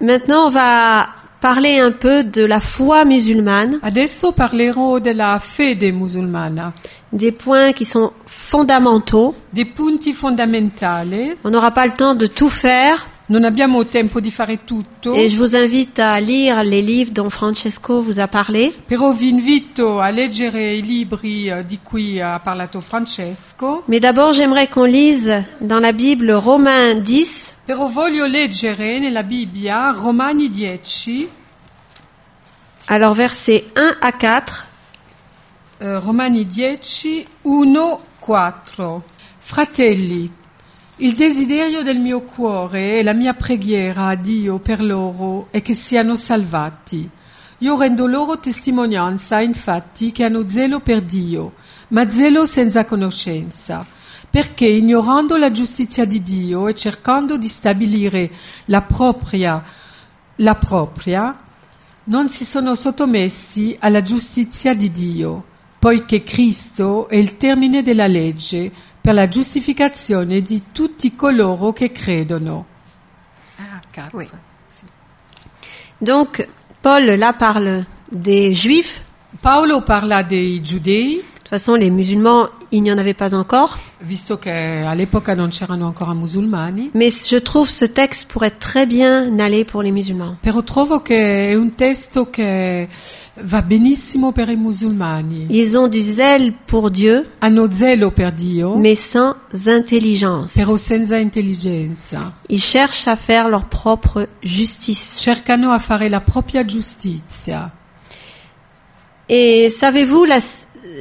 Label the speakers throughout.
Speaker 1: Maintenant, on va parler un peu de la foi musulmane,
Speaker 2: Adesso parlerò della fede musulmana,
Speaker 1: des points qui sont fondamentaux.
Speaker 2: dei punti fondamentali.
Speaker 1: On n'aura pas le temps de tout faire
Speaker 2: Non abbiamo tempo di fare tutto,
Speaker 1: et je vous invite à lire les livres dont Francesco vous a parlé.
Speaker 2: però vi invito a leggere i libri eh, di cui ha parlato Francesco.
Speaker 1: Mais d'abord, j'aimerais qu'on lise dans la Bible Romains 10,
Speaker 2: Però voglio leggere nella Bibbia Romani 10,
Speaker 1: alors versets 1 à 4.
Speaker 2: Eh, Romani 10, 1, 4. Fratelli, il desiderio del mio cuore e la mia preghiera a Dio per loro è che siano salvati. Io rendo loro testimonianza, infatti, che hanno zelo per Dio, ma zelo senza conoscenza. Perché ignorando la giustizia di Dio e cercando di stabilire la propria, la propria, non si sono sottomessi alla giustizia di Dio, poiché Cristo è il termine della legge per la giustificazione di tutti coloro che credono. Ah, cazzo.
Speaker 1: Oui. Donc, Paul, là, parle des Juifs.
Speaker 2: Paolo parla dei giudei,
Speaker 1: De toute façon, les musulmans, il n'y en avait pas encore.
Speaker 2: visto che all'epoca non c'erano ancora musulmani,
Speaker 1: Mais je trouve ce texte pourrait très bien aller pour les musulmans.
Speaker 2: però trovo che è un testo che va benissimo per i musulmani.
Speaker 1: Ils ont du zèle pour Dieu,
Speaker 2: Hanno zelo per Dio,
Speaker 1: mais sans intelligence.
Speaker 2: però senza intelligenza.
Speaker 1: Ils cherchent à faire leur propre justice.
Speaker 2: cercano a fare la propria giustizia.
Speaker 1: Et savez-vous la,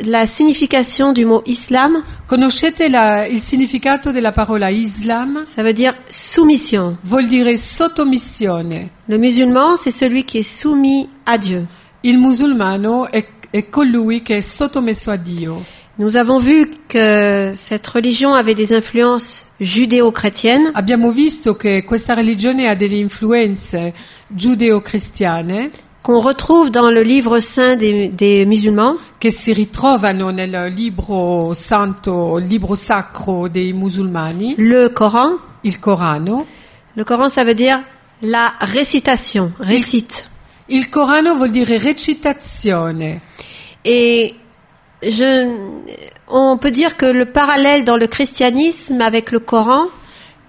Speaker 1: la signification du mot islam
Speaker 2: Conoscete la- il significato della parola Islam?
Speaker 1: Ça veut dire soumission.
Speaker 2: Vuol dire sottomissione.
Speaker 1: Le musulman, c'est celui qui est soumis à Dieu.
Speaker 2: Il musulmano è, è colui che è sottomesso a Dio.
Speaker 1: Nous avons vu que cette religion avait des influences judéo-chrétiennes.
Speaker 2: Abbiamo visto che questa religione ha delle influenze giudeo-cristiane
Speaker 1: qu'on retrouve dans le livre saint des, des musulmans.
Speaker 2: che si ritrovano nel libro santo, il libro sacro dei musulmani,
Speaker 1: Le Coran,
Speaker 2: il Corano.
Speaker 1: le Coran ça veut dire la récitation, récite.
Speaker 2: Il Corano vuol dire recitazione.
Speaker 1: Et je, on peut dire que le parallèle dans le christianisme avec le Coran,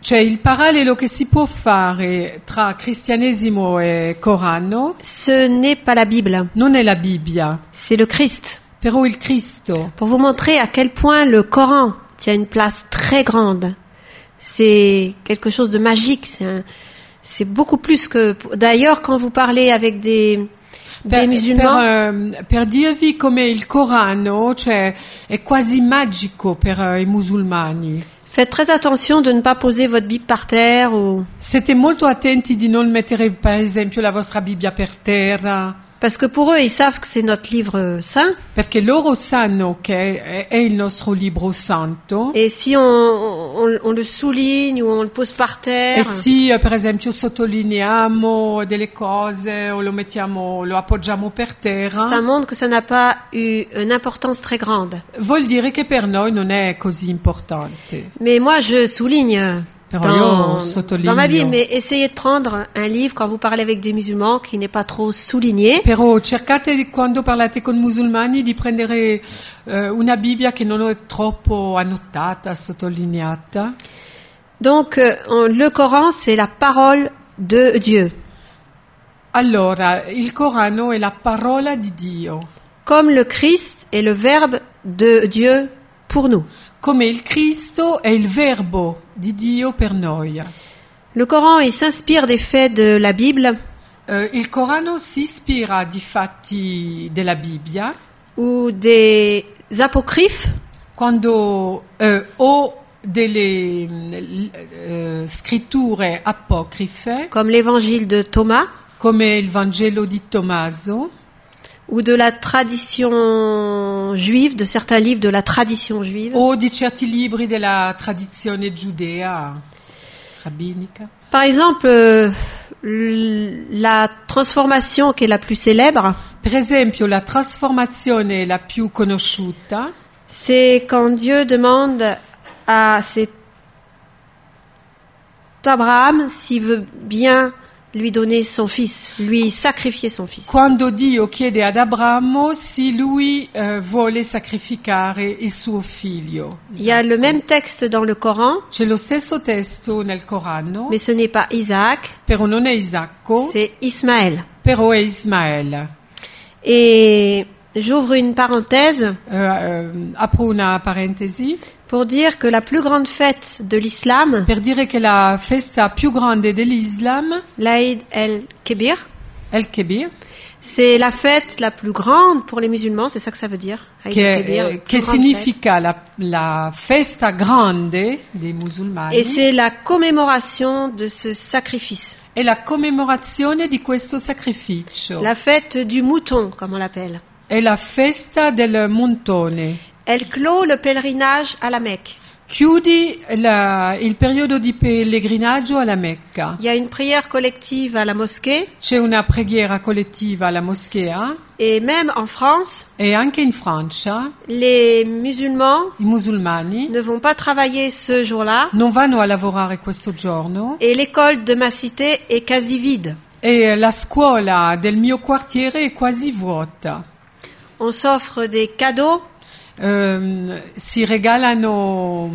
Speaker 2: Cioè il parallelo che si può fare tra cristianesimo e Corano
Speaker 1: ce n'est pas la Bible,
Speaker 2: non è la Bibbia,
Speaker 1: c'est le Christ.
Speaker 2: però il Cristo.
Speaker 1: Pour vous montrer à quel point le Coran tient une place très grande, c'est quelque chose de magique. C'est un- c'est beaucoup plus que. D'ailleurs, quand vous parlez avec des,
Speaker 2: Per,
Speaker 1: des musulmans,
Speaker 2: per, ehm, per dirvi come il Corano cioè, è quasi magico per eh, i musulmani.
Speaker 1: Faites très attention de ne pas poser votre Bible par terre ou
Speaker 2: Siete molto attenti di non mettere per esempio la vostra Bibbia per terra,
Speaker 1: parce que pour eux ils savent que c'est notre livre euh, saint
Speaker 2: perché loro sanno che è, è il nostro libro santo.
Speaker 1: et si on, on- on le souligne ou on le pose par
Speaker 2: E
Speaker 1: terre,
Speaker 2: sì, eh, per esempio sottolineiamo delle cose o lo mettiamo, lo appoggiamo per terra,
Speaker 1: ça montre que ça n'a pas eu une importance très grande.
Speaker 2: vuol dire che per noi non è così importante.
Speaker 1: Mais moi je souligne euh,
Speaker 2: Pero
Speaker 1: dans,
Speaker 2: yo souligne.
Speaker 1: dans ma Bible, mais essayez de prendre un livre quand vous parlez avec des musulmans qui n'est pas trop souligné.
Speaker 2: Però cercate di- quando parlate con musulmani di prendere eh, una Bibbia che non è troppo annotata, sottolineata.
Speaker 1: Donc euh, on- le Coran c'est la parole de Dieu.
Speaker 2: Allora, il Corano è la parola di Dio,
Speaker 1: comme le Christ est le Verbe de Dieu pour nous.
Speaker 2: come il Cristo è il verbo di Dio per noi.
Speaker 1: Le Coran, il s'inspire des faits de la Bible,
Speaker 2: Eh, il Corano si ispira di fatti della Bibbia
Speaker 1: ou des apocryphes,
Speaker 2: quando, eh, o delle mm, l- eh, scritture apocrife
Speaker 1: comme l'évangile de Thomas,
Speaker 2: come il Vangelo di Tommaso
Speaker 1: ou de la tradition juive, de certains livres de la tradition juive.
Speaker 2: o di certi libri della tradizione giudea rabbinica.
Speaker 1: Par exemple, euh, l- la transformation qui est la plus célèbre,
Speaker 2: Per esempio la trasformazione la più conosciuta
Speaker 1: c'est quand Dieu demande à cet Abraham s'il veut bien lui donner son fils, lui sacrifier son fils.
Speaker 2: Quando Dio chiede ad Abramo se lui eh, vuole sacrificare il suo figlio.
Speaker 1: Il y a le même texte dans le Coran,
Speaker 2: C'è lo stesso testo nel Corano,
Speaker 1: mais ce n'est pas Isaac,
Speaker 2: però non è Isacco,
Speaker 1: c'est Ismaël.
Speaker 2: però è Eh, Ismaele.
Speaker 1: Et j'ouvre une parenthèse
Speaker 2: Eh, ehm, apro una parentesi
Speaker 1: pour dire que la plus grande fête de l'islam,
Speaker 2: per dire che la festa più grande dell'Islam
Speaker 1: l'Aïd el-Kébir,
Speaker 2: è il Kebir,
Speaker 1: c'est la fête la plus grande pour les musulmans, c'est ça que ça veut dire. Aïd
Speaker 2: che,
Speaker 1: el-Kébir,
Speaker 2: eh,
Speaker 1: plus
Speaker 2: che
Speaker 1: grande fête.
Speaker 2: significa la, la festa grande dei musulmani
Speaker 1: Et c'est la commémoration de ce sacrifice,
Speaker 2: e la commemorazione di questo sacrificio.
Speaker 1: la fête du mouton, comme on l'appelle.
Speaker 2: È la festa del montone.
Speaker 1: Elle clôt le pèlerinage à la Mecque.
Speaker 2: Chiudi la- il periodo di pellegrinaggio alla Mecca.
Speaker 1: Il y a une prière collective à la mosquée
Speaker 2: C'è una preghiera collettiva alla moschea
Speaker 1: et même en France,
Speaker 2: e anche in Francia
Speaker 1: les musulmans
Speaker 2: i musulmani
Speaker 1: ne vont pas travailler ce jour-là
Speaker 2: non vanno a lavorare questo giorno
Speaker 1: et l'école de ma cité est quasi vide.
Speaker 2: e la scuola del mio quartiere è quasi vuota.
Speaker 1: On s'offre des cadeaux,
Speaker 2: Ehm, si regalano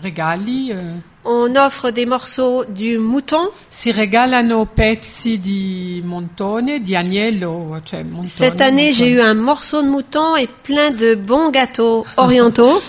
Speaker 2: regali, eh,
Speaker 1: on offre des morceaux du mouton.
Speaker 2: si regalano pezzi di montone, di agnello, cioè montone.
Speaker 1: Cette année,
Speaker 2: montone.
Speaker 1: j'ai eu un morceau de mouton et plein de bons gâteaux orientaux.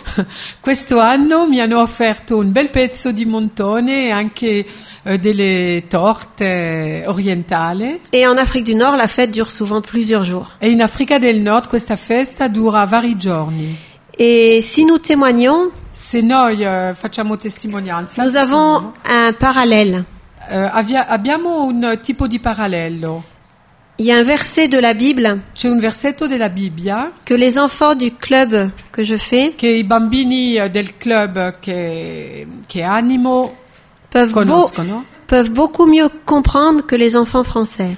Speaker 2: Questo anno mi hanno offerto un bel pezzo di montone e anche eh, delle torte orientali.
Speaker 1: Et en Afrique du Nord, la fête dure souvent plusieurs jours.
Speaker 2: E in Africa del Nord questa festa dura vari giorni.
Speaker 1: Et si nous témoignons,
Speaker 2: Se noi eh, facciamo testimonianza,
Speaker 1: nous avons un parallèle.
Speaker 2: eh, avvia- abbiamo un tipo di parallelo.
Speaker 1: Il y a un verset de la Bible
Speaker 2: C'è un versetto della Bibbia
Speaker 1: que les enfants du club que je fais
Speaker 2: che i bambini eh, del club che, che animo
Speaker 1: peuvent, beau-
Speaker 2: conoscono,
Speaker 1: peuvent beaucoup mieux comprendre que les enfants français.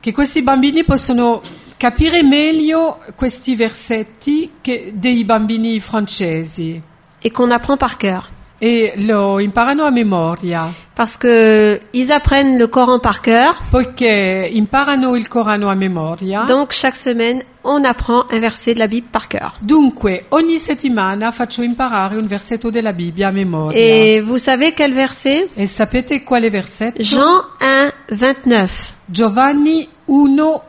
Speaker 2: che questi bambini possono capire meglio questi versetti che- dei bambini francesi
Speaker 1: et qu'on apprend par cœur.
Speaker 2: e lo imparano a memoria,
Speaker 1: Parce que ils apprennent le Coran par cœur.
Speaker 2: poiché imparano il Corano a memoria.
Speaker 1: Donc chaque semaine, on apprend un verset de la Bible par cœur.
Speaker 2: Dunque, ogni settimana faccio imparare un versetto della Bibbia a memoria.
Speaker 1: Et vous savez quel verset
Speaker 2: E sapete quale versetto?
Speaker 1: Jean 1, 29.
Speaker 2: Giovanni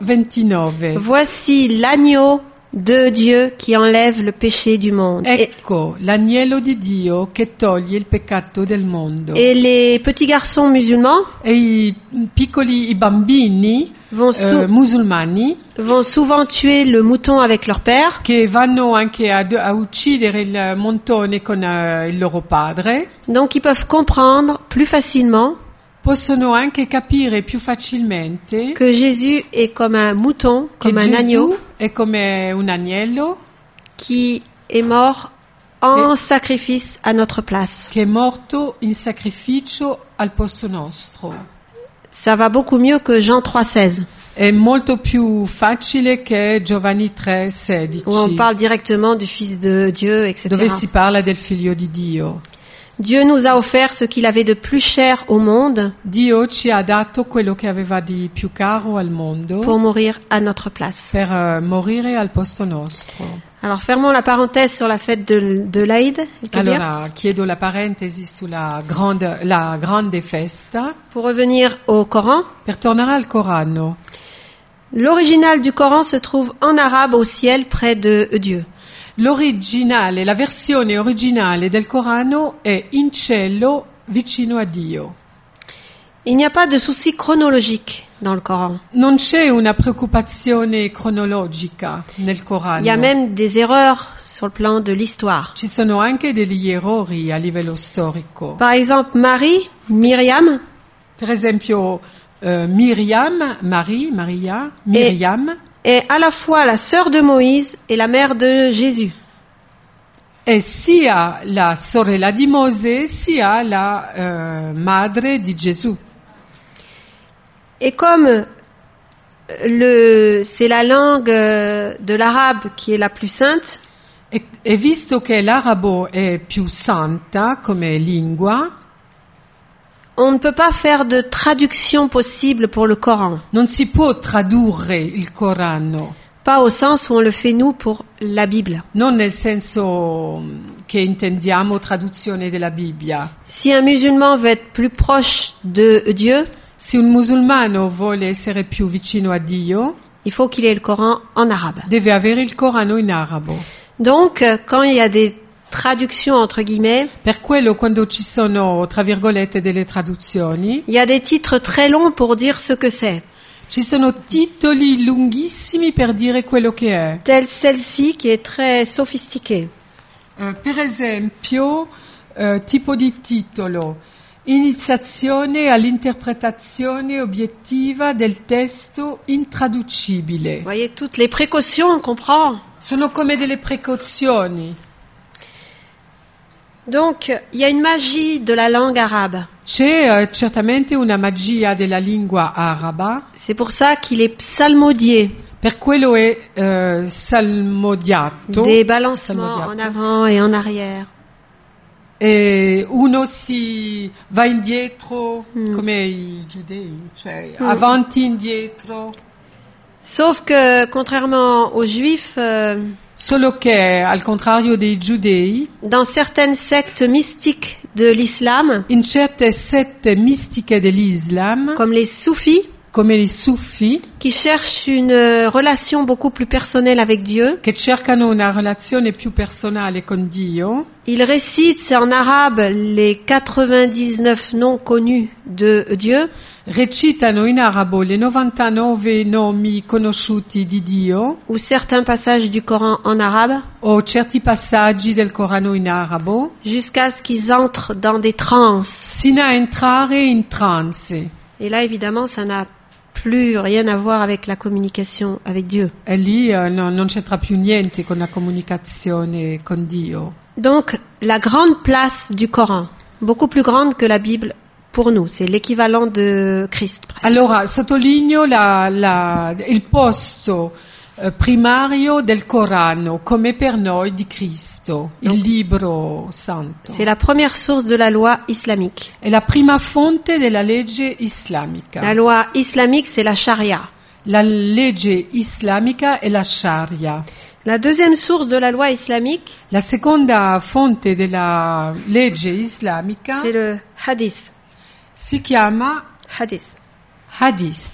Speaker 2: 1:29.
Speaker 1: Voici l'agneau de Dieu qui enlève le péché du monde. Et,
Speaker 2: Ecco l'agnello di Dio che toglie il peccato del mondo.
Speaker 1: et les petits garçons musulmans
Speaker 2: E i piccoli, i bambini
Speaker 1: vont,
Speaker 2: eh,
Speaker 1: sou-
Speaker 2: musulmani
Speaker 1: vont souvent tuer le mouton avec leur père
Speaker 2: che vanno anche ad- a, uccidere il montone con eh, il loro padre,
Speaker 1: Donc ils peuvent comprendre plus facilement
Speaker 2: possono anche capire più facilmente
Speaker 1: que Jésus est comme un mouton,
Speaker 2: che
Speaker 1: comme un
Speaker 2: Gesù
Speaker 1: agneau
Speaker 2: è come un agnello
Speaker 1: qui est mort en sacrifice à notre place.
Speaker 2: che è morto in sacrificio al posto nostro.
Speaker 1: Ça va beaucoup mieux que Jean 3,16,
Speaker 2: È molto più facile che Giovanni 3, 16.
Speaker 1: où on parle directement du Fils de Dieu,
Speaker 2: dove
Speaker 1: etc.
Speaker 2: si parla del figlio di Dio.
Speaker 1: Dieu nous a offert ce qu'il avait de plus cher au monde
Speaker 2: Dio ci ha dato quello che aveva di più caro al mondo
Speaker 1: pour mourir à notre place.
Speaker 2: per eh, morire al posto nostro.
Speaker 1: Alors fermons la parenthèse sur la fête de, de l'Aïd, el Kébir,
Speaker 2: Allora chiedo la parentesi sulla grande, la grande festa
Speaker 1: pour revenir au Coran.
Speaker 2: per tornare al Corano.
Speaker 1: L'original du Coran se trouve en arabe au ciel près de Dieu.
Speaker 2: L'originale, la versione originale del Corano è in cielo vicino a Dio.
Speaker 1: Il n'y a pas de souci chronologique dans le Coran.
Speaker 2: Non c'è una preoccupazione cronologica
Speaker 1: Il
Speaker 2: nel
Speaker 1: y a
Speaker 2: Corano.
Speaker 1: même des erreurs sur le plan de l'histoire.
Speaker 2: Ci sono anche degli errori a livello storico.
Speaker 1: Par exemple, Marie, Myriam,
Speaker 2: Per esempio, eh, Miriam, Marie, Maria, Miriam
Speaker 1: est à la fois la sœur de Moïse et la mère de Jésus.
Speaker 2: è sia la sorella di Mosè sia la eh, madre di Gesù.
Speaker 1: Et comme euh, le, c'est la langue euh, de l'arabe qui est la plus sainte,
Speaker 2: E, e visto che l'arabo è più santa come lingua,
Speaker 1: on ne peut pas faire de traduction possible pour le Coran,
Speaker 2: Non si può tradurre il Corano,
Speaker 1: pas au sens où on le fait nous pour la Bible.
Speaker 2: non nel senso mh, che intendiamo traduzione della Bibbia.
Speaker 1: Si un musulman veut être plus proche de Dieu,
Speaker 2: Se un musulmano vuole essere più vicino a Dio,
Speaker 1: il faut qu'il ait le Coran en arabe.
Speaker 2: deve avere il Corano in arabo.
Speaker 1: Donc, euh, quand il y a des traductions entre guillemets,
Speaker 2: Per quello quando ci sono, tra virgolette, delle traduzioni,
Speaker 1: il y a des titres très longs pour dire ce que c'est.
Speaker 2: ci sono titoli lunghissimi per dire quello che è.
Speaker 1: Telle celle-ci qui est très sophistiquée.
Speaker 2: Eh, per esempio, eh, tipo di titolo, Iniziazione all'interpretazione obiettiva del testo
Speaker 1: Vous
Speaker 2: intraducibile.
Speaker 1: voyez toutes les précautions qu'on prend.
Speaker 2: Sono come delle precauzioni.
Speaker 1: Donc, il y a une magie de la langue arabe.
Speaker 2: C'è eh, certamente una magia della lingua araba,
Speaker 1: C'est pour ça qu'il est psalmodié,
Speaker 2: per quello è eh, salmodiato.
Speaker 1: des balancements
Speaker 2: Psalmodiato.
Speaker 1: en avant et en arrière.
Speaker 2: E uno si va indietro come i giudei, cioè avanti indietro.
Speaker 1: Sauf que, contrairement aux juifs, euh,
Speaker 2: Solo che al contrario dei giudei,
Speaker 1: dans certaines sectes mystiques de l'islam,
Speaker 2: in certe sette mistiche dell'Islam,
Speaker 1: comme les soufis,
Speaker 2: come i sufi,
Speaker 1: qui cherchent une euh, relation beaucoup plus personnelle avec Dieu,
Speaker 2: che cercano una relazione più personale con Dio,
Speaker 1: ils récitent en arabe les 99 noms connus de Dieu,
Speaker 2: recitano in arabo le 99 nomi conosciuti di Dio
Speaker 1: ou certains passages du Coran en arabe,
Speaker 2: o certi passaggi del Corano in arabo,
Speaker 1: jusqu'à ce qu'ils entrent dans des transes.
Speaker 2: sino a entrare in trance.
Speaker 1: Et là, évidemment, ça n'a plus rien à voir avec la communication avec Dieu.
Speaker 2: E lì eh, no- non c'entra più niente con la comunicazione con Dio.
Speaker 1: Donc, la grande place du Coran, beaucoup plus grande que la Bible pour nous, c'est l'équivalent de Christ. presque.
Speaker 2: Allora, sottolineo la- la- il posto eh, primario del Corano, come per noi di Cristo, il libro santo.
Speaker 1: C'est la première source de la loi islamique.
Speaker 2: È la prima fonte della
Speaker 1: La
Speaker 2: legge islamica.
Speaker 1: loi islamique, c'est la charia.
Speaker 2: La legge islamica è la Sharia.
Speaker 1: La deuxième source de la loi islamique,
Speaker 2: La seconda fonte della legge islamica
Speaker 1: c'est le hadith.
Speaker 2: si chiama
Speaker 1: Hadith.
Speaker 2: hadith.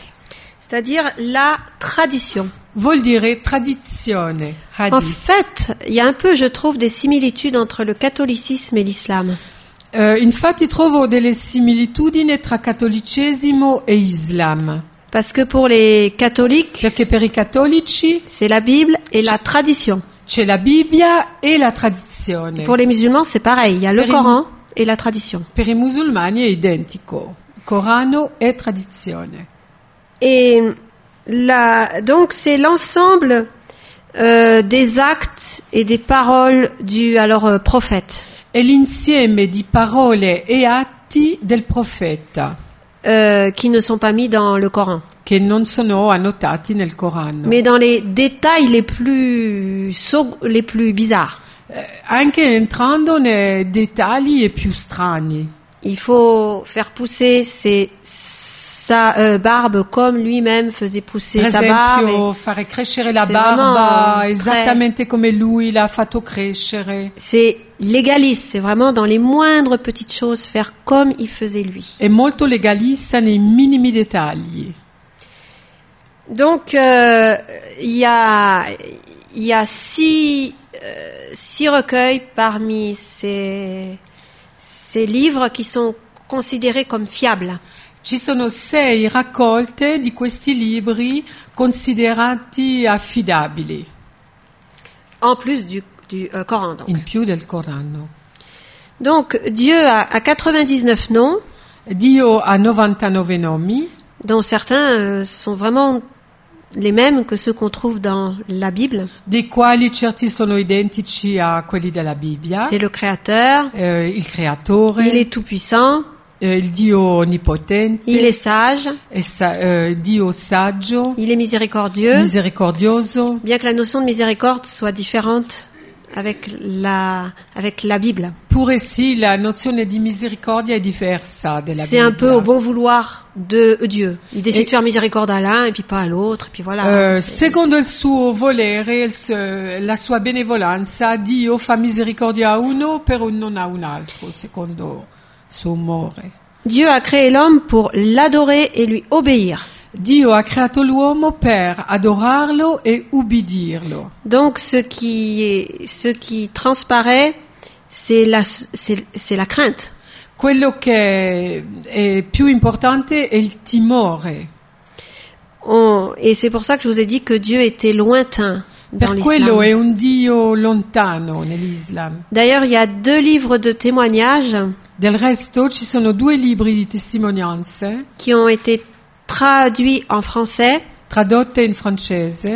Speaker 1: C'est-à-dire la tradition.
Speaker 2: Vuol dire tradizione,
Speaker 1: En
Speaker 2: hadith.
Speaker 1: fait, il y a un peu, je trouve, des similitudes entre le catholicisme et l'islam.
Speaker 2: Eh, infatti trovo delle similitudini tra cattolicesimo e islam,
Speaker 1: Parce que pour les catholiques,
Speaker 2: perché per i cattolici
Speaker 1: c'est la Bible et la tradition.
Speaker 2: c'è la Bibbia e la
Speaker 1: Et
Speaker 2: tradizione,
Speaker 1: pour les musulmans, c'est pareil. Il y a le
Speaker 2: Périne.
Speaker 1: Coran et la tradition.
Speaker 2: per i musulmani è identico, Corano e tradizione.
Speaker 1: Et la- donc, c'est l'ensemble euh, des actes et des paroles du alors euh, prophète.
Speaker 2: È l'insieme di parole e atti del profeta
Speaker 1: euh, qui ne sont pas mis dans le Coran,
Speaker 2: che non sono annotati nel Corano,
Speaker 1: mais dans les détails les plus sau- les plus bizarres.
Speaker 2: Eh, anche entrando nei dettagli e più strani.
Speaker 1: Il faut faire pousser ses, sa euh, barbe comme lui-même faisait pousser
Speaker 2: per
Speaker 1: sa
Speaker 2: esempio
Speaker 1: barbe. et
Speaker 2: fare crescere la
Speaker 1: Se no,
Speaker 2: barba
Speaker 1: tre.
Speaker 2: esattamente come lui l'ha fatto crescere
Speaker 1: C'est légaliste, c'est vraiment dans les moindres petites choses faire comme il faisait lui.
Speaker 2: è molto legalista nei minimi dettagli
Speaker 1: Donc euh, il y a il y a six euh, six recueils parmi ces ces livres qui sont considérés comme fiables.
Speaker 2: ci sono sei raccolte di questi libri considerati affidabili
Speaker 1: en plus du, du, euh, Coran. Donc.
Speaker 2: in più del Corano
Speaker 1: Donc, Dieu a, a 99 noms,
Speaker 2: Dio ha 99 nomi
Speaker 1: dont certains euh, sont vraiment les mêmes que ceux qu'on trouve dans la Bible.
Speaker 2: dei quali certi sono identici a quelli della Bibbia
Speaker 1: C'est le Créateur,
Speaker 2: Eh, il
Speaker 1: il
Speaker 2: creatore
Speaker 1: est tout-puissant,
Speaker 2: eh, il Dio onnipotente
Speaker 1: il est sage,
Speaker 2: e sa- eh, Dio saggio
Speaker 1: il est miséricordieux,
Speaker 2: misericordioso
Speaker 1: bien que la notion de miséricorde soit différente avec la, avec la Bible.
Speaker 2: Pure sì, la nozione di misericordia è diversa della
Speaker 1: C'est un peu
Speaker 2: Bibbia.
Speaker 1: au bon vouloir de Dieu. Il décide de faire miséricorde à l'un et puis pas à l'autre, et puis voilà.
Speaker 2: Eh, secondo il suo volere, il se- la sua benevolenza, Dio fa misericordia a uno per un non a un altro, secondo il suo umore.
Speaker 1: Dieu a créé l'homme pour l'adorer et lui obéir.
Speaker 2: Dio ha creato l'uomo per adorarlo e ubbidirlo.
Speaker 1: Donc ce qui, est, ce qui transparaît, c'est la, c'est c'est la crainte.
Speaker 2: Quello che è più importante è il timore.
Speaker 1: On- et c'est pour ça que je vous ai dit que Dieu était lointain dans
Speaker 2: Per quello
Speaker 1: l'islam.
Speaker 2: è un Dio lontano nell'Islam.
Speaker 1: D'ailleurs, il y a deux livres de témoignages
Speaker 2: Del resto ci sono due libri di testimonianze
Speaker 1: qui ont été traduits en français.
Speaker 2: tradotte in francese.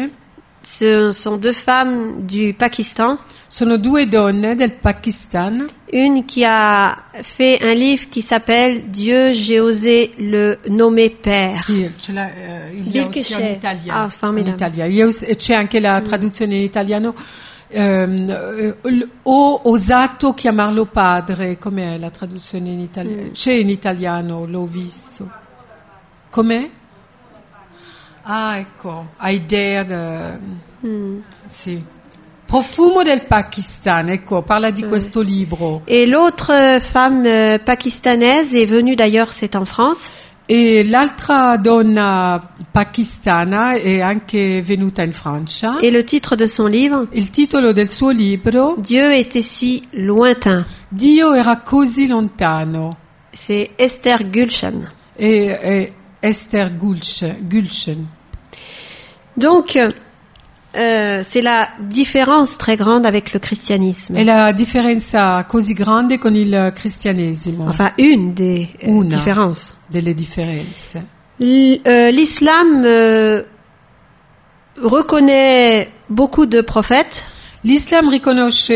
Speaker 1: Ce sont deux femmes du Pakistan.
Speaker 2: Sono due donne del Pakistan.
Speaker 1: Une qui a fait un livre qui s'appelle Dieu, j'ai osé le nommer Père.
Speaker 2: Sì, ce l'ha, eh, il y a
Speaker 1: Lì che
Speaker 2: aussi
Speaker 1: c'è?
Speaker 2: in italiano.
Speaker 1: Ah, formidabile. Mm.
Speaker 2: In italiano. Il y a aussi- e eh, c'è anche la traduzione in italiano. ehm, eh, l- ho osato chiamarlo padre. Com'è la traduzione in italiano?
Speaker 1: Mm.
Speaker 2: C'è in italiano, l'ho visto. Com'è? Ah, ecco. I dared. ehm,
Speaker 1: Mm.
Speaker 2: Sì. Profumo del Pakistan, ecco, parla
Speaker 1: Eh.
Speaker 2: di questo libro.
Speaker 1: Et l'autre euh, femme euh, pakistanaise est venue d'ailleurs, c'est en France.
Speaker 2: E l'altra donna pakistana è anche venuta in Francia.
Speaker 1: Et le titre de son livre,
Speaker 2: Il titolo del suo libro
Speaker 1: Dieu était si lointain.
Speaker 2: Dio era così lontano.
Speaker 1: C'est Esther Gulshan.
Speaker 2: E, e Esther Gulch- Gulchen.
Speaker 1: Donc, euh, c'est la différence très grande avec le christianisme.
Speaker 2: E la differenza così grande con il cristianesimo
Speaker 1: Enfin, une des euh,
Speaker 2: Una.
Speaker 1: différences.
Speaker 2: delle differenze.
Speaker 1: L- euh, L'islam euh, reconnaît beaucoup de prophètes,
Speaker 2: L'Islam riconosce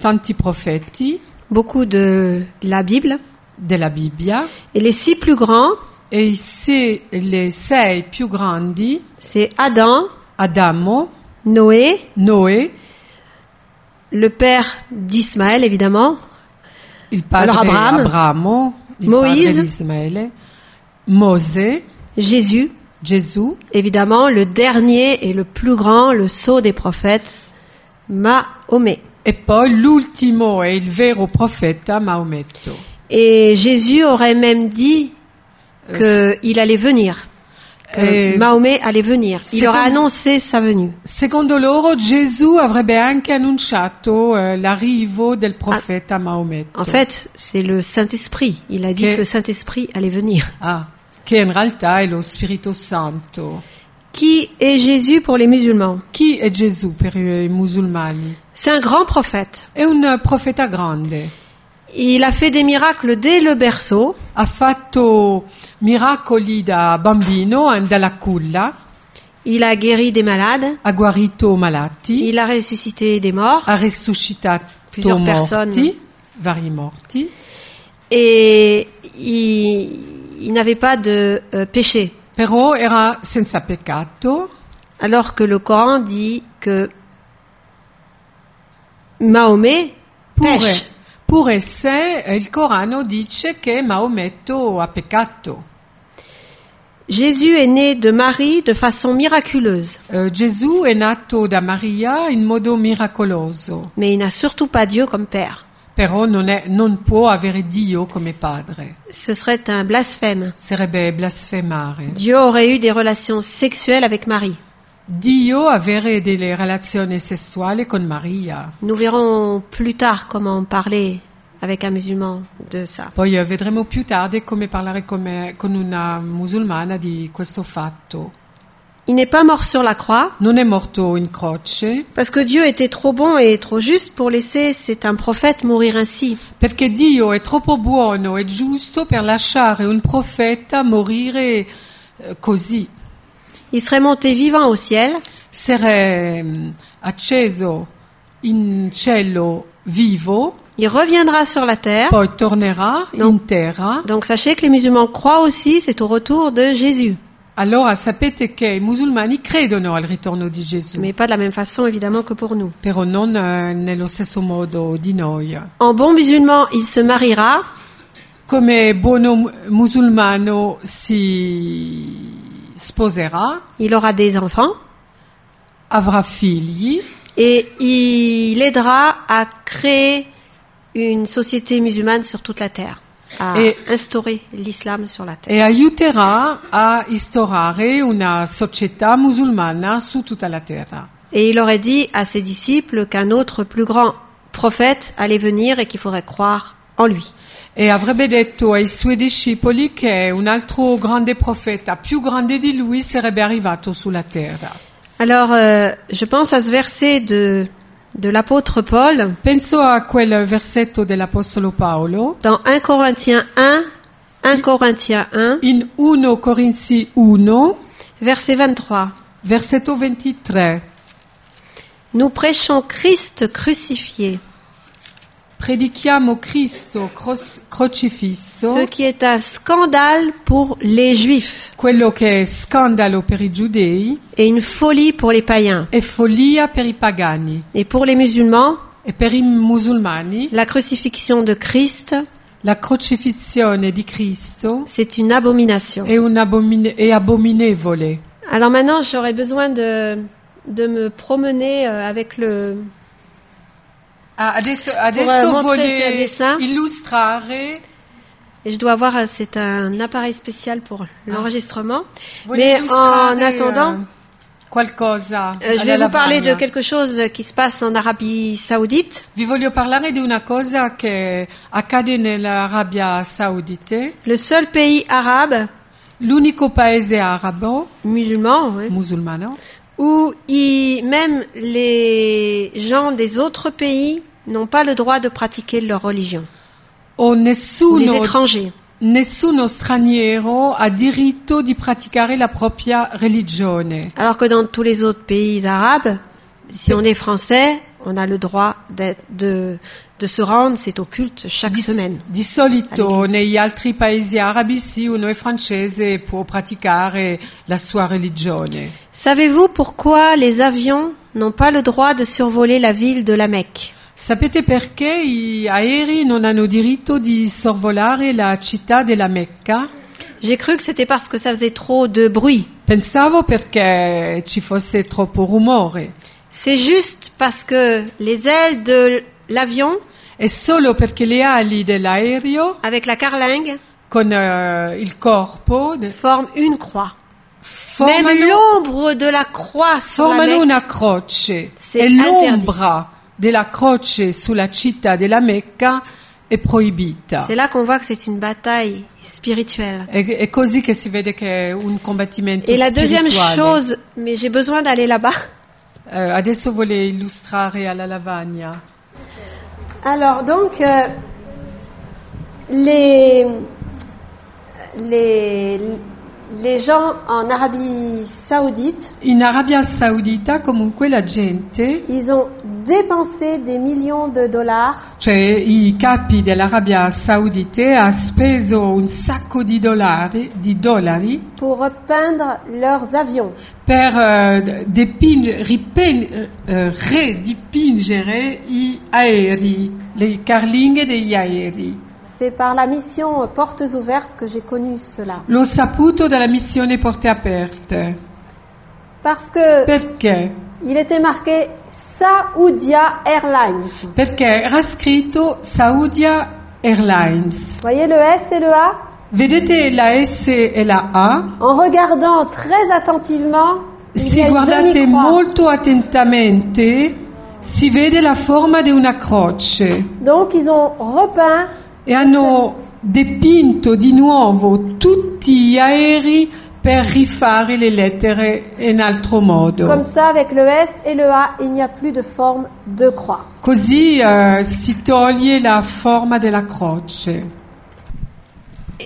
Speaker 2: tanti profeti
Speaker 1: beaucoup de la Bible.
Speaker 2: della Bibbia
Speaker 1: Et les six plus grands,
Speaker 2: e i se- le sei più grandi,
Speaker 1: c'est Adam,
Speaker 2: Adamo,
Speaker 1: Noé,
Speaker 2: Noè,
Speaker 1: le père d'Ismaël, évidemment,
Speaker 2: il
Speaker 1: Allora,
Speaker 2: padre
Speaker 1: Abramo.
Speaker 2: Abramo, il
Speaker 1: Moïse.
Speaker 2: padre di Ismaele, Mosè,
Speaker 1: Jésus,
Speaker 2: Gesù,
Speaker 1: évidemment, le dernier et le plus grand, le sceau des prophètes, Mahomet.
Speaker 2: E poi l'ultimo è il vero profeta Maometto.
Speaker 1: Et Jésus aurait même dit
Speaker 2: Euh,
Speaker 1: qu'il allait venir, que
Speaker 2: Eh,
Speaker 1: Mahomet allait venir. Il
Speaker 2: c'est
Speaker 1: aurait
Speaker 2: un-
Speaker 1: annoncé sa venue.
Speaker 2: Secondo loro Gesù avrebbe anche annunciato eh, l'arrivo del profeta Maometto.
Speaker 1: En fait, c'est le Saint-Esprit. Il a dit
Speaker 2: Qu'est-
Speaker 1: que le Saint-Esprit allait venir.
Speaker 2: Ah, che in realtà è lo Spirito Santo.
Speaker 1: Qui est Jésus pour les musulmans
Speaker 2: Chi è Gesù per i musulmani?
Speaker 1: C'est un grand prophète.
Speaker 2: È un eh, profeta grande.
Speaker 1: Il a fait des miracles dès le berceau.
Speaker 2: Ha fatto miracoli da bambino, eh, dalla culla,
Speaker 1: Il a guéri des malades.
Speaker 2: ha guarito malati,
Speaker 1: Il a ressuscité des morts.
Speaker 2: ha resuscitato
Speaker 1: Plusieurs
Speaker 2: morti,
Speaker 1: persone.
Speaker 2: vari morti.
Speaker 1: Et il, il n'avait pas de euh, péché.
Speaker 2: Però era senza peccato,
Speaker 1: Alors que le Coran dit que Mahomet
Speaker 2: pure,
Speaker 1: pêche.
Speaker 2: pure se eh, il Corano dice che Maometto ha peccato.
Speaker 1: Jésus est né de Marie de façon miraculeuse.
Speaker 2: Eh, Gesù è nato da Maria in modo miracoloso,
Speaker 1: Mais il n'a surtout pas Dieu comme père.
Speaker 2: però non, è- non può avere Dio come padre,
Speaker 1: Ce serait un blasphème.
Speaker 2: sarebbe blasfemare.
Speaker 1: Dieu aurait eu des relations sexuelles avec Marie.
Speaker 2: Dio avere delle relazioni sessuali con Maria.
Speaker 1: Nous verrons plus tard comment parler avec un musulman de ça.
Speaker 2: Poi eh, vedremo più tardi come parlare come- con una musulmana di questo fatto.
Speaker 1: Il n'est pas mort sur la croix
Speaker 2: Non è morto in croce,
Speaker 1: parce que Dieu était trop bon et trop juste pour laisser, c'est un prophète, mourir ainsi.
Speaker 2: Perché Dio è troppo buono e giusto per lasciare un profeta morire eh, così.
Speaker 1: Il serait monté vivant au ciel
Speaker 2: S'era mm, acceso in cielo vivo,
Speaker 1: Il reviendra sur la terre.
Speaker 2: poi tornerà
Speaker 1: No.
Speaker 2: in terra.
Speaker 1: Donc sachez que les musulmans croient aussi, c'est au retour de Jésus.
Speaker 2: Allora sapete che i musulmani credono al ritorno di Gesù,
Speaker 1: mais pas de la même façon évidemment que pour nous.
Speaker 2: però non eh, nello stesso modo di noi.
Speaker 1: En bon musulman, il se mariera,
Speaker 2: Come buono mu- musulmano si sposerà,
Speaker 1: il aura des enfants
Speaker 2: avrà figli
Speaker 1: et il aidera à créer une société musulmane sur toute la terre, à
Speaker 2: Et-
Speaker 1: instaurer l'islam sur la terre.
Speaker 2: e aiuterà a instaurare una società musulmana su tutta la terra.
Speaker 1: Et il aurait dit à ses disciples qu'un autre plus grand prophète allait venir et qu'il faudrait croire en lui.
Speaker 2: E avrebbe detto ai suoi discepoli che un altro grande profeta, più grande di lui, sarebbe arrivato sulla terra.
Speaker 1: Alors, euh, je pense à ce verset de, de l'apôtre Paul
Speaker 2: Penso a quel versetto dell'Apostolo Paolo
Speaker 1: dans 1 Corinthiens 1, 1 Corinthiens 1,
Speaker 2: in 1 Corinzi 1,
Speaker 1: verset 23.
Speaker 2: versetto 23.
Speaker 1: Nous prêchons Christ crucifié,
Speaker 2: Predichiamo Cristo cros-
Speaker 1: ce
Speaker 2: crocifisso,
Speaker 1: qui est un scandale pour les Juifs
Speaker 2: quello che è scandalo per i giudei
Speaker 1: et une folie pour les païens.
Speaker 2: e follia per i pagani.
Speaker 1: Et pour les musulmans,
Speaker 2: E per i musulmani
Speaker 1: la crucifixion de Christ,
Speaker 2: la crocifissione di Cristo
Speaker 1: c'est une abomination.
Speaker 2: è, un abomine- è abominevole.
Speaker 1: Alors maintenant, j'aurais besoin de, de me promener euh, avec le...
Speaker 2: Ah, adesso
Speaker 1: eh,
Speaker 2: adesso
Speaker 1: montrer se
Speaker 2: vuole
Speaker 1: adesso-
Speaker 2: illustrare,
Speaker 1: Et je dois avoir, euh, c'est un appareil spécial pour l'enregistrement.
Speaker 2: vuole
Speaker 1: Mais
Speaker 2: illustrare,
Speaker 1: en attendant,
Speaker 2: eh, qualcosa.
Speaker 1: euh, je
Speaker 2: alla
Speaker 1: vais vous parler de
Speaker 2: lavagna.
Speaker 1: quelque chose qui se passe en Arabie Saoudite.
Speaker 2: Vi voglio parlare di una cosa che accade nell'Arabia Saudita,
Speaker 1: Le seul pays arabe,
Speaker 2: l'unico paese arabo
Speaker 1: musulman, ouais,
Speaker 2: musulmano
Speaker 1: où il- même les gens des autres pays n'ont pas le droit de pratiquer leur religion.
Speaker 2: o
Speaker 1: Ou les
Speaker 2: nessuno,
Speaker 1: étrangers.
Speaker 2: nessuno straniero ha diritto di praticare la propria religione.
Speaker 1: Alors que dans tous les autres pays arabes, si on est français, on a le droit d'être- de, de se rendre, c'est au culte chaque
Speaker 2: Di,
Speaker 1: semaine.
Speaker 2: di solito
Speaker 1: All'inglese.
Speaker 2: negli altri paesi arabi sì, uno è francese e può praticare la sua religione.
Speaker 1: Savez-vous pourquoi les avions n'ont pas le droit de survoler la ville de la Mecque
Speaker 2: Sapete perché gli aerei non hanno diritto di sorvolare la città della Mecca?
Speaker 1: J'ai cru que c'était parce que ça faisait trop de bruit.
Speaker 2: Pensavo perché ci fosse troppo rumore.
Speaker 1: C'est juste parce que les ailes de l'avion,
Speaker 2: È solo perché le ali dell'aereo
Speaker 1: avec la carlingue,
Speaker 2: con eh, il corpo de-
Speaker 1: forment une croix. Même
Speaker 2: formano,
Speaker 1: l'ombre de la croix sur la
Speaker 2: formano
Speaker 1: Mecque
Speaker 2: una croce
Speaker 1: Sì,
Speaker 2: e
Speaker 1: interdì.
Speaker 2: l'ombra della croce sulla città della Mecca è proibita.
Speaker 1: C'est là qu'on voit que c'est une bataille spirituelle.
Speaker 2: È, è così che si vede che è un combattimento
Speaker 1: Et la deuxième
Speaker 2: spirituale.
Speaker 1: chose, mais j'ai besoin d'aller là-bas.
Speaker 2: Eh, adesso vuole illustrare alla lavagna.
Speaker 1: Alors donc, euh, les, les, les gens en Arabie saoudite,
Speaker 2: In Arabia Saudita comunque la gente,
Speaker 1: ils ont dépensé des millions de dollars
Speaker 2: cioè i capi dell'Arabia Saudita, ha speso un sacco di dollari, di dollari
Speaker 1: pour repeindre leurs avions.
Speaker 2: per eh, deping- ripen- eh, redipingere i aerei, le carlinghe degli aerei.
Speaker 1: C'est par la mission Portes ouvertes que j'ai connu cela.
Speaker 2: L'ho saputo dalla missione Porte Aperte.
Speaker 1: Parce que
Speaker 2: Perché?
Speaker 1: il était marqué Saoudia Airlines.
Speaker 2: Perché era scritto Saudia Airlines.
Speaker 1: Vous voyez le S et le A
Speaker 2: Vedete la S e la A?
Speaker 1: En regardant très attentivement, il y
Speaker 2: Se
Speaker 1: a une
Speaker 2: guardate
Speaker 1: demi-croix.
Speaker 2: molto attentamente, si vede la forma di una croce
Speaker 1: Donc ils ont repeint
Speaker 2: e hanno dipinto di nuovo tutti gli aerei per rifare le lettere in altro
Speaker 1: comme
Speaker 2: modo.
Speaker 1: ça avec le S et le A, il n'y a plus de forme de croix.
Speaker 2: Così eh, si toglie la forma della croce.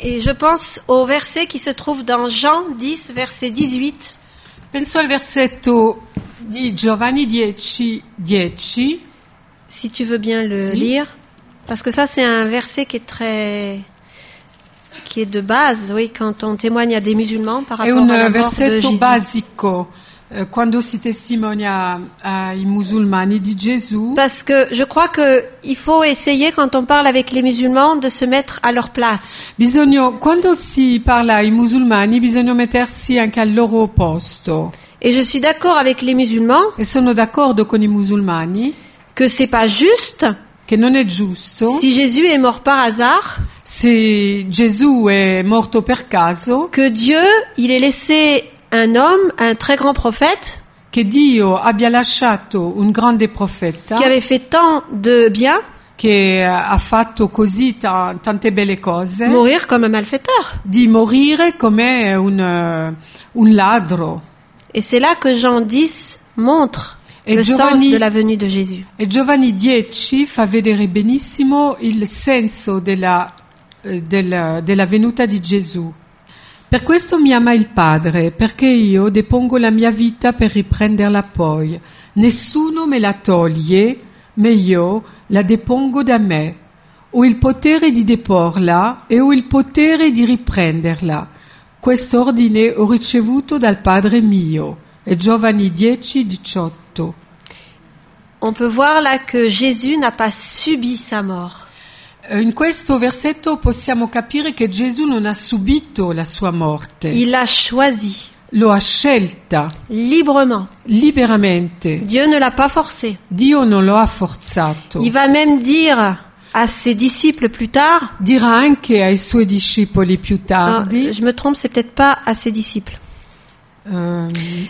Speaker 1: Et je pense au verset qui se trouve dans Jean 10, verset 18.
Speaker 2: Penso al versetto di Giovanni 10, 10
Speaker 1: Si tu veux bien le
Speaker 2: Si.
Speaker 1: lire, parce que ça c'est un verset qui est très qui est de base, oui, quand on témoigne à des musulmans par
Speaker 2: È
Speaker 1: rapport
Speaker 2: un
Speaker 1: à la
Speaker 2: eh,
Speaker 1: mort de
Speaker 2: versetto
Speaker 1: Jésus.
Speaker 2: basico eh, quando si testimonia ai musulmani di Gesù.
Speaker 1: Parce que je crois que il faut essayer quand on parle avec les musulmans de se mettre à leur place.
Speaker 2: Bisogna, quando si parla ai musulmani bisogna mettersi anche al loro posto.
Speaker 1: Et je suis d'accord avec les musulmans
Speaker 2: E sono d'accordo con i musulmani
Speaker 1: que c'est pas juste
Speaker 2: che non è giusto
Speaker 1: si Jésus est mort par hasard
Speaker 2: se Gesù è morto per caso
Speaker 1: que Dieu, il ait laissé un homme, un très grand prophète
Speaker 2: che Dio abbia lasciato un grande profeta
Speaker 1: qui avait fait tant de bien
Speaker 2: che ha fatto così ta- tante belle cose
Speaker 1: mourir comme un malfaiteur.
Speaker 2: di morire come un, eh, un ladro.
Speaker 1: Et c'est là que Jean 10 montre
Speaker 2: Et
Speaker 1: le sens
Speaker 2: Giovanni-
Speaker 1: de la venue de Jésus.
Speaker 2: E Giovanni 10 fa vedere benissimo il senso della, eh, della- della venuta di Gesù. Per questo mi ama il Padre, perché io depongo la mia vita per riprenderla poi. Nessuno me la toglie, ma io la depongo da me. Ho il potere di deporla e ho il potere di riprenderla. Quest'ordine ho ricevuto dal Padre mio. E Giovanni 10, 18.
Speaker 1: On peut voir là que Jésus n'a pas subi sa mort.
Speaker 2: Eh, In questo versetto possiamo capire che Gesù non ha subito la sua morte,
Speaker 1: Il l'a choisi
Speaker 2: lo ha scelta
Speaker 1: librement.
Speaker 2: liberamente.
Speaker 1: Dieu ne l'a pas forcé.
Speaker 2: Dio non lo ha forzato.
Speaker 1: Il va même dire à ses disciples plus tard,
Speaker 2: Dirà anche ai suoi discepoli più
Speaker 1: Ah, eh,
Speaker 2: tardi,
Speaker 1: je me trompe, c'est peut-être pas à ses disciples.
Speaker 2: ehm,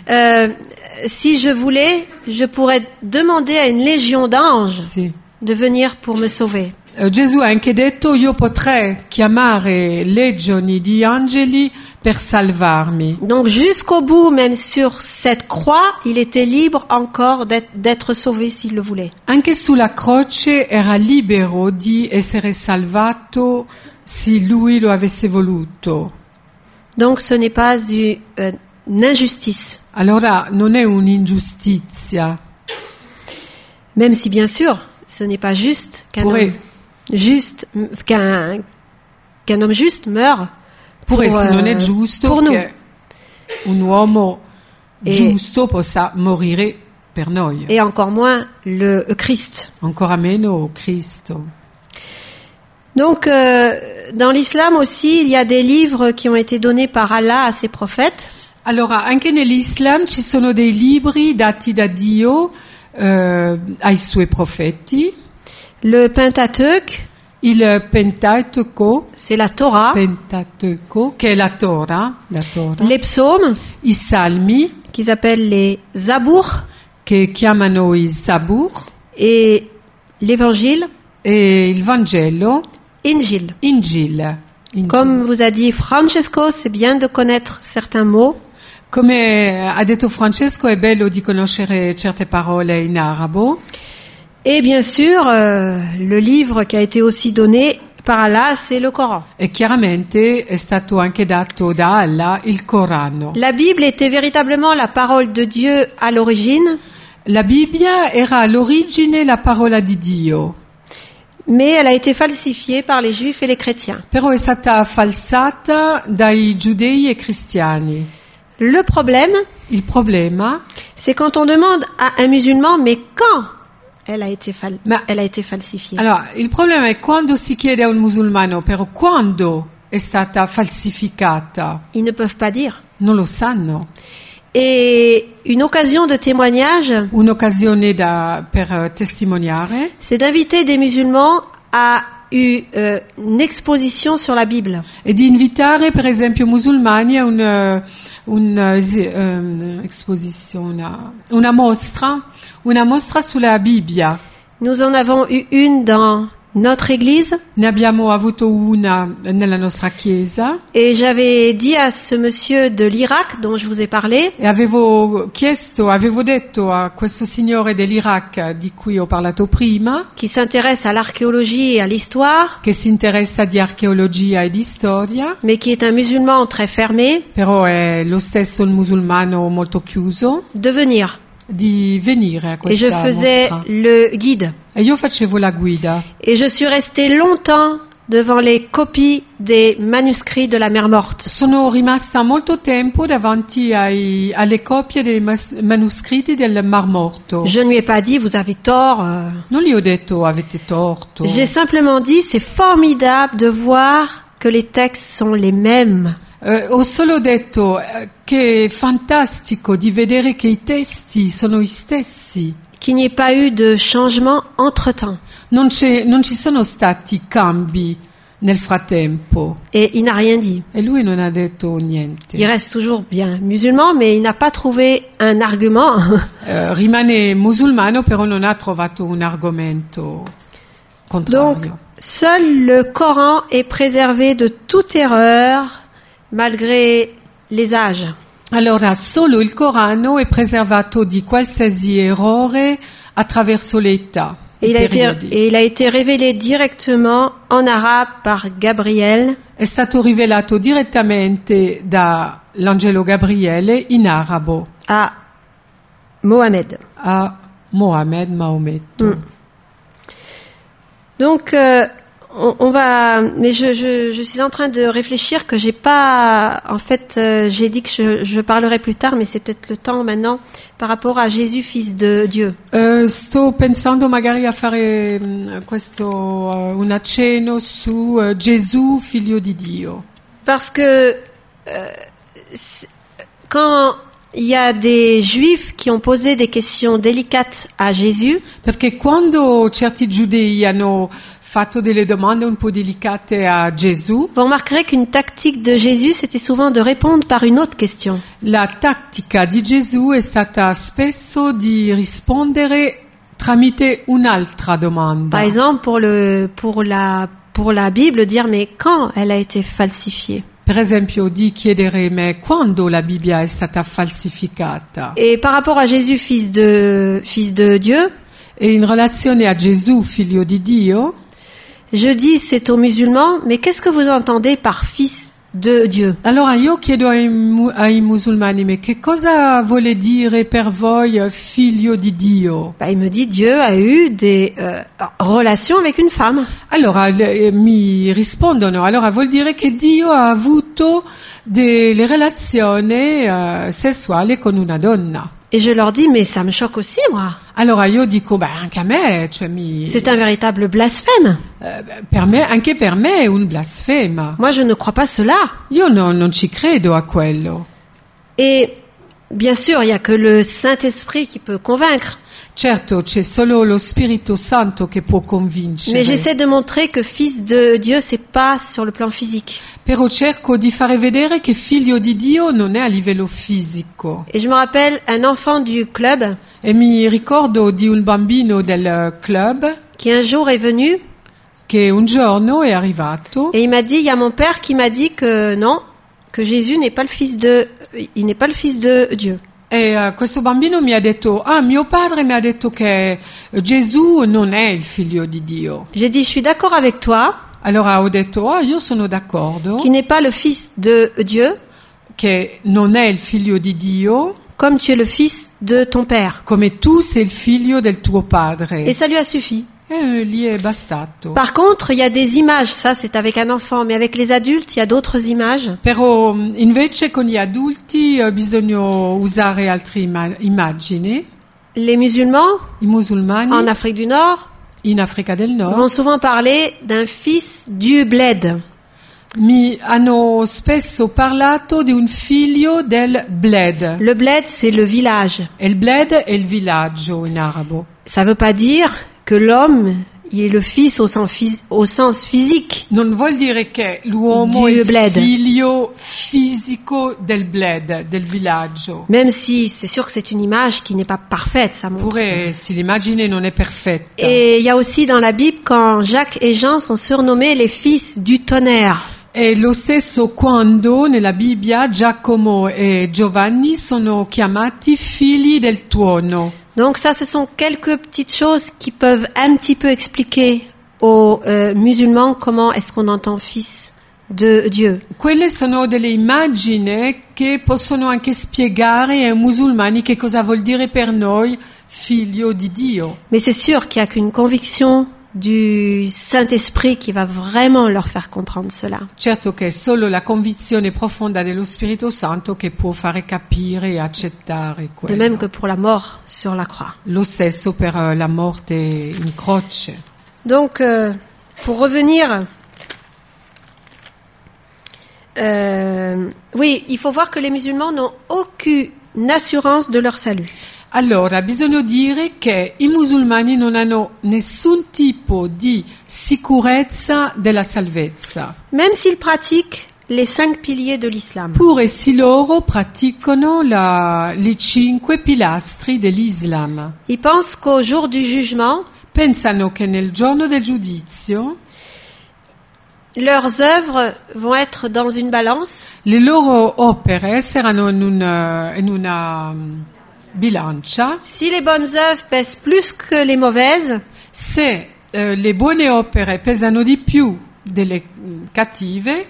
Speaker 1: Euh, si je voulais, je pourrais demander à une légion d'anges
Speaker 2: sì.
Speaker 1: de venir pour me sauver.
Speaker 2: Eh, Gesù ha anche detto io potrei chiamare legioni di angeli per salvarmi.
Speaker 1: Donc jusqu'au bout, même sur cette croix, il était libre encore d'être- d'être sauvé s'il le voulait.
Speaker 2: Anche sulla croce era libero di essere salvato se lui lo avesse voluto.
Speaker 1: Donc ce n'est pas du- euh, une injustice,
Speaker 2: Allora non è un'ingiustizia,
Speaker 1: même si bien sûr ce n'est pas juste qu'un
Speaker 2: Pourrait-
Speaker 1: homme juste m- qu'un qu'un homme juste meure
Speaker 2: pure
Speaker 1: Pour,
Speaker 2: se non
Speaker 1: eh,
Speaker 2: è giusto
Speaker 1: pour nous.
Speaker 2: che un uomo
Speaker 1: E-
Speaker 2: giusto possa morire per noi,
Speaker 1: et encore moins le le Christ.
Speaker 2: ancora meno Cristo.
Speaker 1: Donc euh, dans l'islam aussi, il y a des livres qui ont été donnés par Allah à ses prophètes
Speaker 2: Allora, anche nell'Islam ci sono dei libri dati da Dio eh, ai suoi profeti,
Speaker 1: le Pentateuque,
Speaker 2: il Pentateuco,
Speaker 1: c'est la Torah,
Speaker 2: Pentateuco che è la Torah, la Torah,
Speaker 1: les psaumes
Speaker 2: i salmi
Speaker 1: qu'ils appellent les zabours
Speaker 2: che chiamano i Sabur
Speaker 1: et l'évangile
Speaker 2: e il Vangelo
Speaker 1: Injil.
Speaker 2: Ingil. Ingil.
Speaker 1: Comme vous a dit Francesco, c'est bien de connaître certains mots,
Speaker 2: Come ha detto Francesco, è bello di conoscere certe parole in arabo
Speaker 1: Et bien sûr, euh, le livre qui a été aussi donné par Allah, c'est le Coran.
Speaker 2: e chiaramente è stato anche dato da Allah il Corano.
Speaker 1: La Bible était véritablement la parole de Dieu à l'origine,
Speaker 2: La Bibbia era all'origine la parola di Dio,
Speaker 1: mais elle a été falsifiée par les Juifs et les chrétiens.
Speaker 2: però è stata falsata dai giudei e cristiani.
Speaker 1: Le problème,
Speaker 2: Il problema,
Speaker 1: c'est quand on demande à un musulman, mais quand elle a été, fal- bah,
Speaker 2: Ma-
Speaker 1: elle a été falsifiée
Speaker 2: allora, il problema è quando si chiede a un musulmano, però quando è stata falsificata?
Speaker 1: Ils ne peuvent pas dire.
Speaker 2: Non lo sanno.
Speaker 1: Et une occasion de témoignage,
Speaker 2: Un'occasione da, per eh, testimoniare
Speaker 1: c'est d'inviter des musulmans à eu- euh, une exposition sur la Bible.
Speaker 2: e di invitare per esempio musulmani a un, eh, un, eh, esi- ehm, esposizione, una, mostra, una mostra sulla Bibbia.
Speaker 1: Nous en avons eu une dans notre église
Speaker 2: Ne abbiamo avuto una nella nostra chiesa
Speaker 1: et j'avais dit à ce monsieur de l'Irak dont je vous ai parlé
Speaker 2: e avevo chiesto, avevo detto a questo signore dell'Iraq di cui ho parlato prima,
Speaker 1: qui s'intéresse à l'archéologie et à l'histoire
Speaker 2: che si interessa di archeologia e di storia,
Speaker 1: mais qui est un musulman très fermé
Speaker 2: però è lo stesso il musulmano molto chiuso.
Speaker 1: de venir
Speaker 2: di venire a
Speaker 1: et
Speaker 2: questa
Speaker 1: je faisais
Speaker 2: mostra.
Speaker 1: le guide
Speaker 2: E io facevo la guida
Speaker 1: et je suis restée longtemps devant les copies des manuscrits de la Mer Morte.
Speaker 2: Sono rimasta molto tempo davanti ai- alle copie dei mas- manoscritti del Mar Morto.
Speaker 1: Je ne lui ai pas dit vous avez tort. euh.
Speaker 2: Non gli ho detto avete torto.
Speaker 1: J'ai simplement dit c'est formidable de voir que les textes sont les mêmes.
Speaker 2: Eh, ho solo detto eh, che è fantastico di vedere che i testi sono gli stessi.
Speaker 1: qu'il n'y ait pas eu de changement entre-temps.
Speaker 2: Non, c'è- non ci sono stati cambi nel frattempo.
Speaker 1: Et il n'a rien dit.
Speaker 2: E lui non ha detto niente.
Speaker 1: Il reste toujours bien musulman, mais il n'a pas trouvé un argument.
Speaker 2: Eh, rimane musulmano, però non ha trovato un argomento
Speaker 1: Donc,
Speaker 2: contrario.
Speaker 1: seul le Coran est préservé de toute erreur, malgré les âges.
Speaker 2: Allora, solo il Corano è preservato di qualsiasi errore attraverso le età.
Speaker 1: Et
Speaker 2: i
Speaker 1: il, a été,
Speaker 2: periodi.
Speaker 1: et il a été révélé directement en arabe par Gabriel.
Speaker 2: È stato rivelato direttamente dall'angelo Gabriele in arabo
Speaker 1: à Mohamed.
Speaker 2: a Mohammed Maometto.
Speaker 1: Mm. Donc, euh, on, on va. Mais je, je, je suis en train de réfléchir que j'ai pas. En fait, euh, j'ai dit que je, je parlerai plus tard, mais c'est peut-être le temps maintenant par rapport à Jésus, fils de Dieu.
Speaker 2: Eh, sto pensando magari a fare mm, questo, eh, un accenno su eh, Gesù, figlio di Dio.
Speaker 1: Parce que euh, c'est- quand il y a des Juifs qui ont posé des questions délicates à Jésus,
Speaker 2: Perché quando certi giudei hanno fatto delle domande un po' delicate a Gesù,
Speaker 1: vous remarquerez qu'une tactique de Jésus, c'était souvent de répondre par une autre question.
Speaker 2: la tattica di Gesù è stata spesso di rispondere tramite un'altra domanda.
Speaker 1: Par exemple, pour le pour la pour la Bible, dire mais quand elle a été falsifiée.
Speaker 2: Per esempio, di chiedere me quando la Bibbia è stata falsificata.
Speaker 1: Et par rapport à Jésus, fils de fils de Dieu,
Speaker 2: E in relazione a Gesù, figlio di Dio,
Speaker 1: je dis c'est aux musulmans, mais qu'est-ce que vous entendez par fils de Dieu
Speaker 2: allora io chiedo ai, mu- ai musulmani, ma che cosa vuole dire per voi eh, figlio di Dio?
Speaker 1: Bah, il me dit Dieu a eu des euh, relations avec une femme.
Speaker 2: Allora l- eh, mi rispondono, allora vuol dire che Dio ha avuto delle relazioni eh, sessuali con una donna.
Speaker 1: Et je leur dis mais ça me choque aussi moi.
Speaker 2: Allora io dico, beh, anche a me, cioè mi-
Speaker 1: C'est un véritable blasphème.
Speaker 2: eh, beh, per me- anche per me è un blasfema.
Speaker 1: Moi je ne crois pas cela.
Speaker 2: Io no- non ci credo a quello.
Speaker 1: Et bien sûr, il y a que le Saint-Esprit qui peut convaincre.
Speaker 2: Certo, c'è solo lo Spirito Santo che può
Speaker 1: Mais
Speaker 2: convincere,
Speaker 1: j'essaie de montrer que fils de Dieu, c'est pas sur le plan physique.
Speaker 2: però cerco di fare vedere che figlio di Dio non è a livello fisico.
Speaker 1: Et je me rappelle un enfant du club
Speaker 2: E mi ricordo di un bambino del club
Speaker 1: qui un jour est venu
Speaker 2: che un giorno è arrivato
Speaker 1: et il m'a dit, il y a mon père qui m'a dit que non, que Jésus n'est pas le fils de, il n'est pas le fils de Dieu.
Speaker 2: e eh, questo bambino mi ha detto, ah mio padre mi ha detto che Gesù non è il figlio di Dio.
Speaker 1: J'ai dit, je suis d'accord avec toi,
Speaker 2: Allora ho detto, ah io sono d'accordo
Speaker 1: qui n'est pas le fils de Dieu,
Speaker 2: che non è il figlio di Dio
Speaker 1: comme tu es le fils de ton père.
Speaker 2: come tu sei il figlio del tuo padre.
Speaker 1: Et ça lui a suffi.
Speaker 2: Eh, lì è bastato.
Speaker 1: Par contre, il y a des images, ça c'est avec un enfant, mais avec les adultes, il y a d'autres images.
Speaker 2: Però mh, invece con gli adulti eh, bisogna usare altre ima- immagini.
Speaker 1: Les musulmans,
Speaker 2: I musulmani
Speaker 1: en Afrique du Nord,
Speaker 2: in Africa del Nord
Speaker 1: vont souvent parler d'un fils du bled.
Speaker 2: mi hanno spesso parlato di un figlio del Bled.
Speaker 1: Le bled, c'est le village.
Speaker 2: E il Bled è il villaggio in arabo.
Speaker 1: Ça ne veut pas dire que l'homme, il est le fils au sens, phys- au sens physique.
Speaker 2: Non vuol dire che l'uomo
Speaker 1: Di
Speaker 2: è il
Speaker 1: Bled.
Speaker 2: figlio fisico del Bled, del villaggio.
Speaker 1: Même si c'est sûr que c'est une image qui n'est pas parfaite, ça montre.
Speaker 2: Oppure se l'immagine non è perfetta.
Speaker 1: Et il y a aussi dans la Bible quand Jacques et Jean sont surnommés les fils du tonnerre.
Speaker 2: È lo stesso quando nella Bibbia Giacomo e Giovanni sono chiamati figli del tuono.
Speaker 1: Donc ça, ce sont quelques petites choses qui peuvent un petit peu expliquer aux euh, musulmans comment est-ce qu'on entend fils de Dieu.
Speaker 2: Quelle sono delle immagini che possono anche spiegare ai musulmani che cosa vuol dire per noi figlio di Dio.
Speaker 1: Mais c'est sûr qu'il n'y a qu'une conviction du Saint-Esprit qui va vraiment leur faire comprendre cela.
Speaker 2: Certo che è solo la convinzione profonda dello Spirito Santo che può fare capire e accettare
Speaker 1: De
Speaker 2: quello.
Speaker 1: même que pour la mort sur la croix.
Speaker 2: Lo stesso per eh, la morte in croce.
Speaker 1: Donc, euh, pour revenir, euh, oui, il faut voir que les musulmans n'ont aucune assurance de leur salut.
Speaker 2: Allora, bisogna dire che i musulmani non hanno nessun tipo di sicurezza della salvezza,
Speaker 1: Même s'ils pratiquent les cinq piliers de l'islam.
Speaker 2: pure se loro praticano la- i cinque pilastri dell'Islam.
Speaker 1: Ils pensent qu'au jour du jugement,
Speaker 2: Pensano che nel giorno del giudizio
Speaker 1: leurs œuvres vont être dans une balance
Speaker 2: le loro opere saranno in una, in una mm, bilancia.
Speaker 1: Si les bonnes œuvres pèsent plus que les mauvaises,
Speaker 2: Se eh, le buone opere pesano di più delle mm, cattive,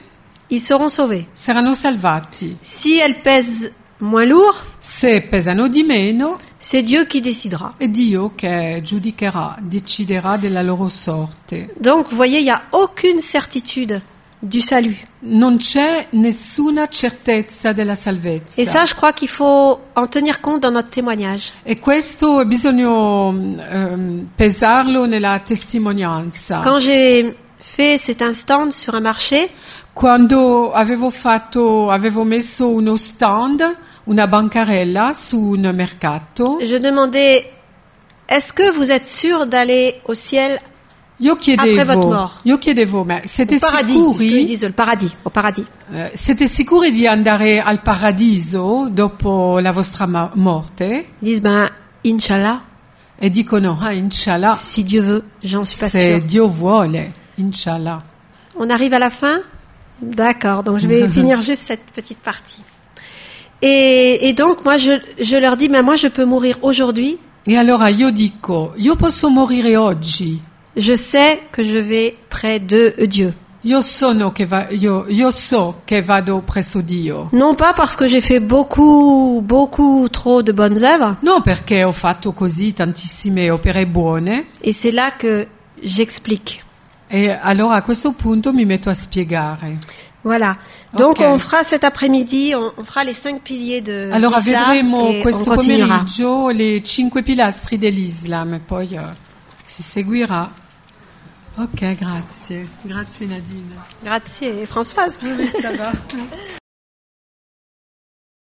Speaker 1: ils seront sauvés.
Speaker 2: saranno salvati.
Speaker 1: Si elles pèsent moins lourd,
Speaker 2: Se pesano di meno,
Speaker 1: c'est Dieu qui décidera.
Speaker 2: è Dio che giudicherà, deciderà della loro sorte.
Speaker 1: Donc, vous voyez, il n'y a aucune certitude du salut.
Speaker 2: Non c'è nessuna certezza della salvezza.
Speaker 1: Et ça, je crois qu'il faut en tenir compte dans notre témoignage.
Speaker 2: E questo bisogna mm, ehm, pesarlo nella testimonianza.
Speaker 1: Quand j'ai fait cet instant sur un marché,
Speaker 2: Quando avevo, fatto, avevo messo uno stand, una bancarella su un mercato,
Speaker 1: je demandais Est-ce que vous êtes sûr d'aller au ciel
Speaker 2: io
Speaker 1: votre
Speaker 2: chiedevo,
Speaker 1: mort.
Speaker 2: io chiedevo ma siete
Speaker 1: au paradis parce qu'ils
Speaker 2: sicuri,
Speaker 1: disent le paradis, au paradis.
Speaker 2: eh, siete sicuri di andare al paradiso dopo la vostra ma- morte?
Speaker 1: Ils disent Ben, Inch'Allah,
Speaker 2: E dicono, ah, inshallah,
Speaker 1: si Dieu veut, j'en suis pas
Speaker 2: se
Speaker 1: sûre.
Speaker 2: Dio vuole, inshallah.
Speaker 1: On arrive à la fin D'accord, donc je vais finir juste cette petite partie. Et, et donc, moi, je, je leur dis, mais moi, je peux mourir aujourd'hui.
Speaker 2: E allora io dico, io posso morire oggi,
Speaker 1: Je sais que je vais près de Dieu.
Speaker 2: io, sono che va- io- io so che vado presso Dio.
Speaker 1: Non pas parce que j'ai fait beaucoup, beaucoup trop de bonnes œuvres.
Speaker 2: No, perché ho fatto così tantissime opere buone
Speaker 1: Et c'est là que j'explique.
Speaker 2: e allora a questo punto mi metto a spiegare.
Speaker 1: Voilà. Donc,
Speaker 2: Ok.
Speaker 1: on fera cet après-midi, on, on fera les cinq piliers de
Speaker 2: Allora vedremo
Speaker 1: l'islam et on
Speaker 2: questo
Speaker 1: continuera.
Speaker 2: pomeriggio le cinque pilastri dell'Islam e poi eh, si seguirà. Ok, grazie. Grazie Nadine.
Speaker 1: Grazie, Françoise.
Speaker 2: Oui, ça va.